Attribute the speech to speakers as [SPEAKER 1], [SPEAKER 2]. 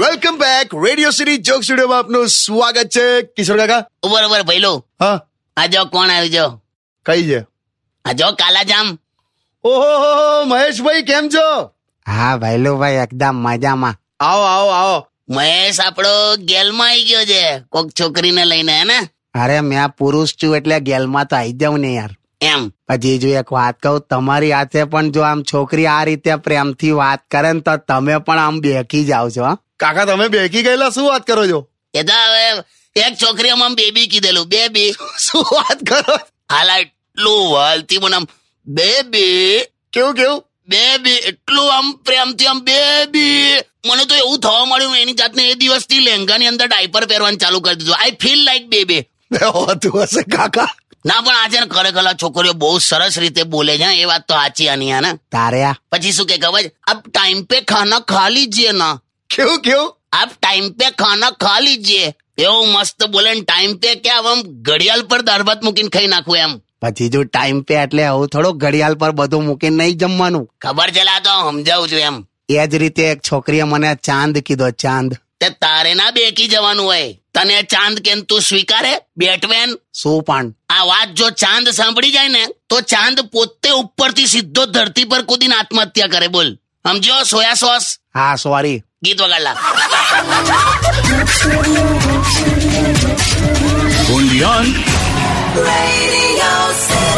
[SPEAKER 1] Welcome back Radio City joke સ્ટુડિયોમાં આપનું સ્વાગત છે કિશોર કાકા
[SPEAKER 2] ઉભર ઉભર ભઈલો
[SPEAKER 1] હા
[SPEAKER 2] આ જો કોણ આવ્યું જો
[SPEAKER 1] કઈ છે
[SPEAKER 2] આ જો કાલાજામ
[SPEAKER 1] ઓહો હો, હો, મહેશભાઈ કેમ છો
[SPEAKER 3] હા ભાઈલો ભાઈ એકદમ મજામાં
[SPEAKER 1] આવો આવો આવો
[SPEAKER 2] મહેશ આપણો ગેલમાં આવી ગયો છે કોક છોકરીને લઈને હે ને
[SPEAKER 3] અરે મેં પુરુષ છું એટલે ગેલમાં તો આવી જાઉં ને યાર
[SPEAKER 2] એમ
[SPEAKER 3] પછી જો એક વાત કહું તમારી હાથે પણ જો આમ છોકરી આ રીતે પ્રેમથી વાત કરે ને તો તમે પણ આમ બેકી જાઓ છો હા?
[SPEAKER 1] કાકા તમે બેકી ગયેલા શું વાત કરો છો
[SPEAKER 2] એ તો હવે એક છોકરી આમ બેબી કીધેલું બેબી
[SPEAKER 1] શું વાત કરો
[SPEAKER 2] હાલા એટલું વાલતી મને આમ બેબી
[SPEAKER 1] કેવું કેવું
[SPEAKER 2] બેબી એટલું આમ પ્રેમથી આમ બેબી મને તો એવું થવા મળ્યું એની જાતને એ દિવસથી લહેંગાની અંદર ડાયપર પહેરવાનું ચાલુ કરી દીધું આઈ ફીલ લાઈક બેબી
[SPEAKER 1] બે હોતું હશે કાકા
[SPEAKER 2] ના પણ આજે ને ખરેખર આ છોકરીઓ બહુ સરસ રીતે બોલે છે હા, એ વાત તો સાચી આની હા ને
[SPEAKER 3] તારે આ
[SPEAKER 2] પછી શું કે ખબર છે? આપ ટાઈમ પે ખાના ખા લીજીએ ના
[SPEAKER 1] કેવું કેવું
[SPEAKER 2] આપ ટાઈમ પે ખાના ખા લીજીએ એવું મસ્ત બોલે ને ટાઈમ પે કે આમ ઘડિયાળ પર દાળ ભાત મૂકીને ખાઈ નાખું એમ
[SPEAKER 3] પછી જો ટાઈમ પે એટલે આવું થોડું ઘડિયાળ પર બધું મૂકીને નહીં જમવાનું
[SPEAKER 2] ખબર છે લા તો સમજાવું છું એમ
[SPEAKER 3] એ જ રીતે એક છોકરીએ મને ચાંદ કીધો ચાંદ
[SPEAKER 2] તે તારે ના બેકી જવાનું હોય તને ચાંદ કેમ તું સ્વીકારે બેટમેન
[SPEAKER 3] શું પણ
[SPEAKER 2] આ વાત જો ચાંદ સાંભળી જાય ને તો ચાંદ પોતે ઉપરથી સીધો ધરતી પર કૂદીને આત્મહત્યા કરે બોલ સમજો સોયા સોસ
[SPEAKER 3] હા સોરી
[SPEAKER 2] ગીત વગાડલા
[SPEAKER 4] Radio City.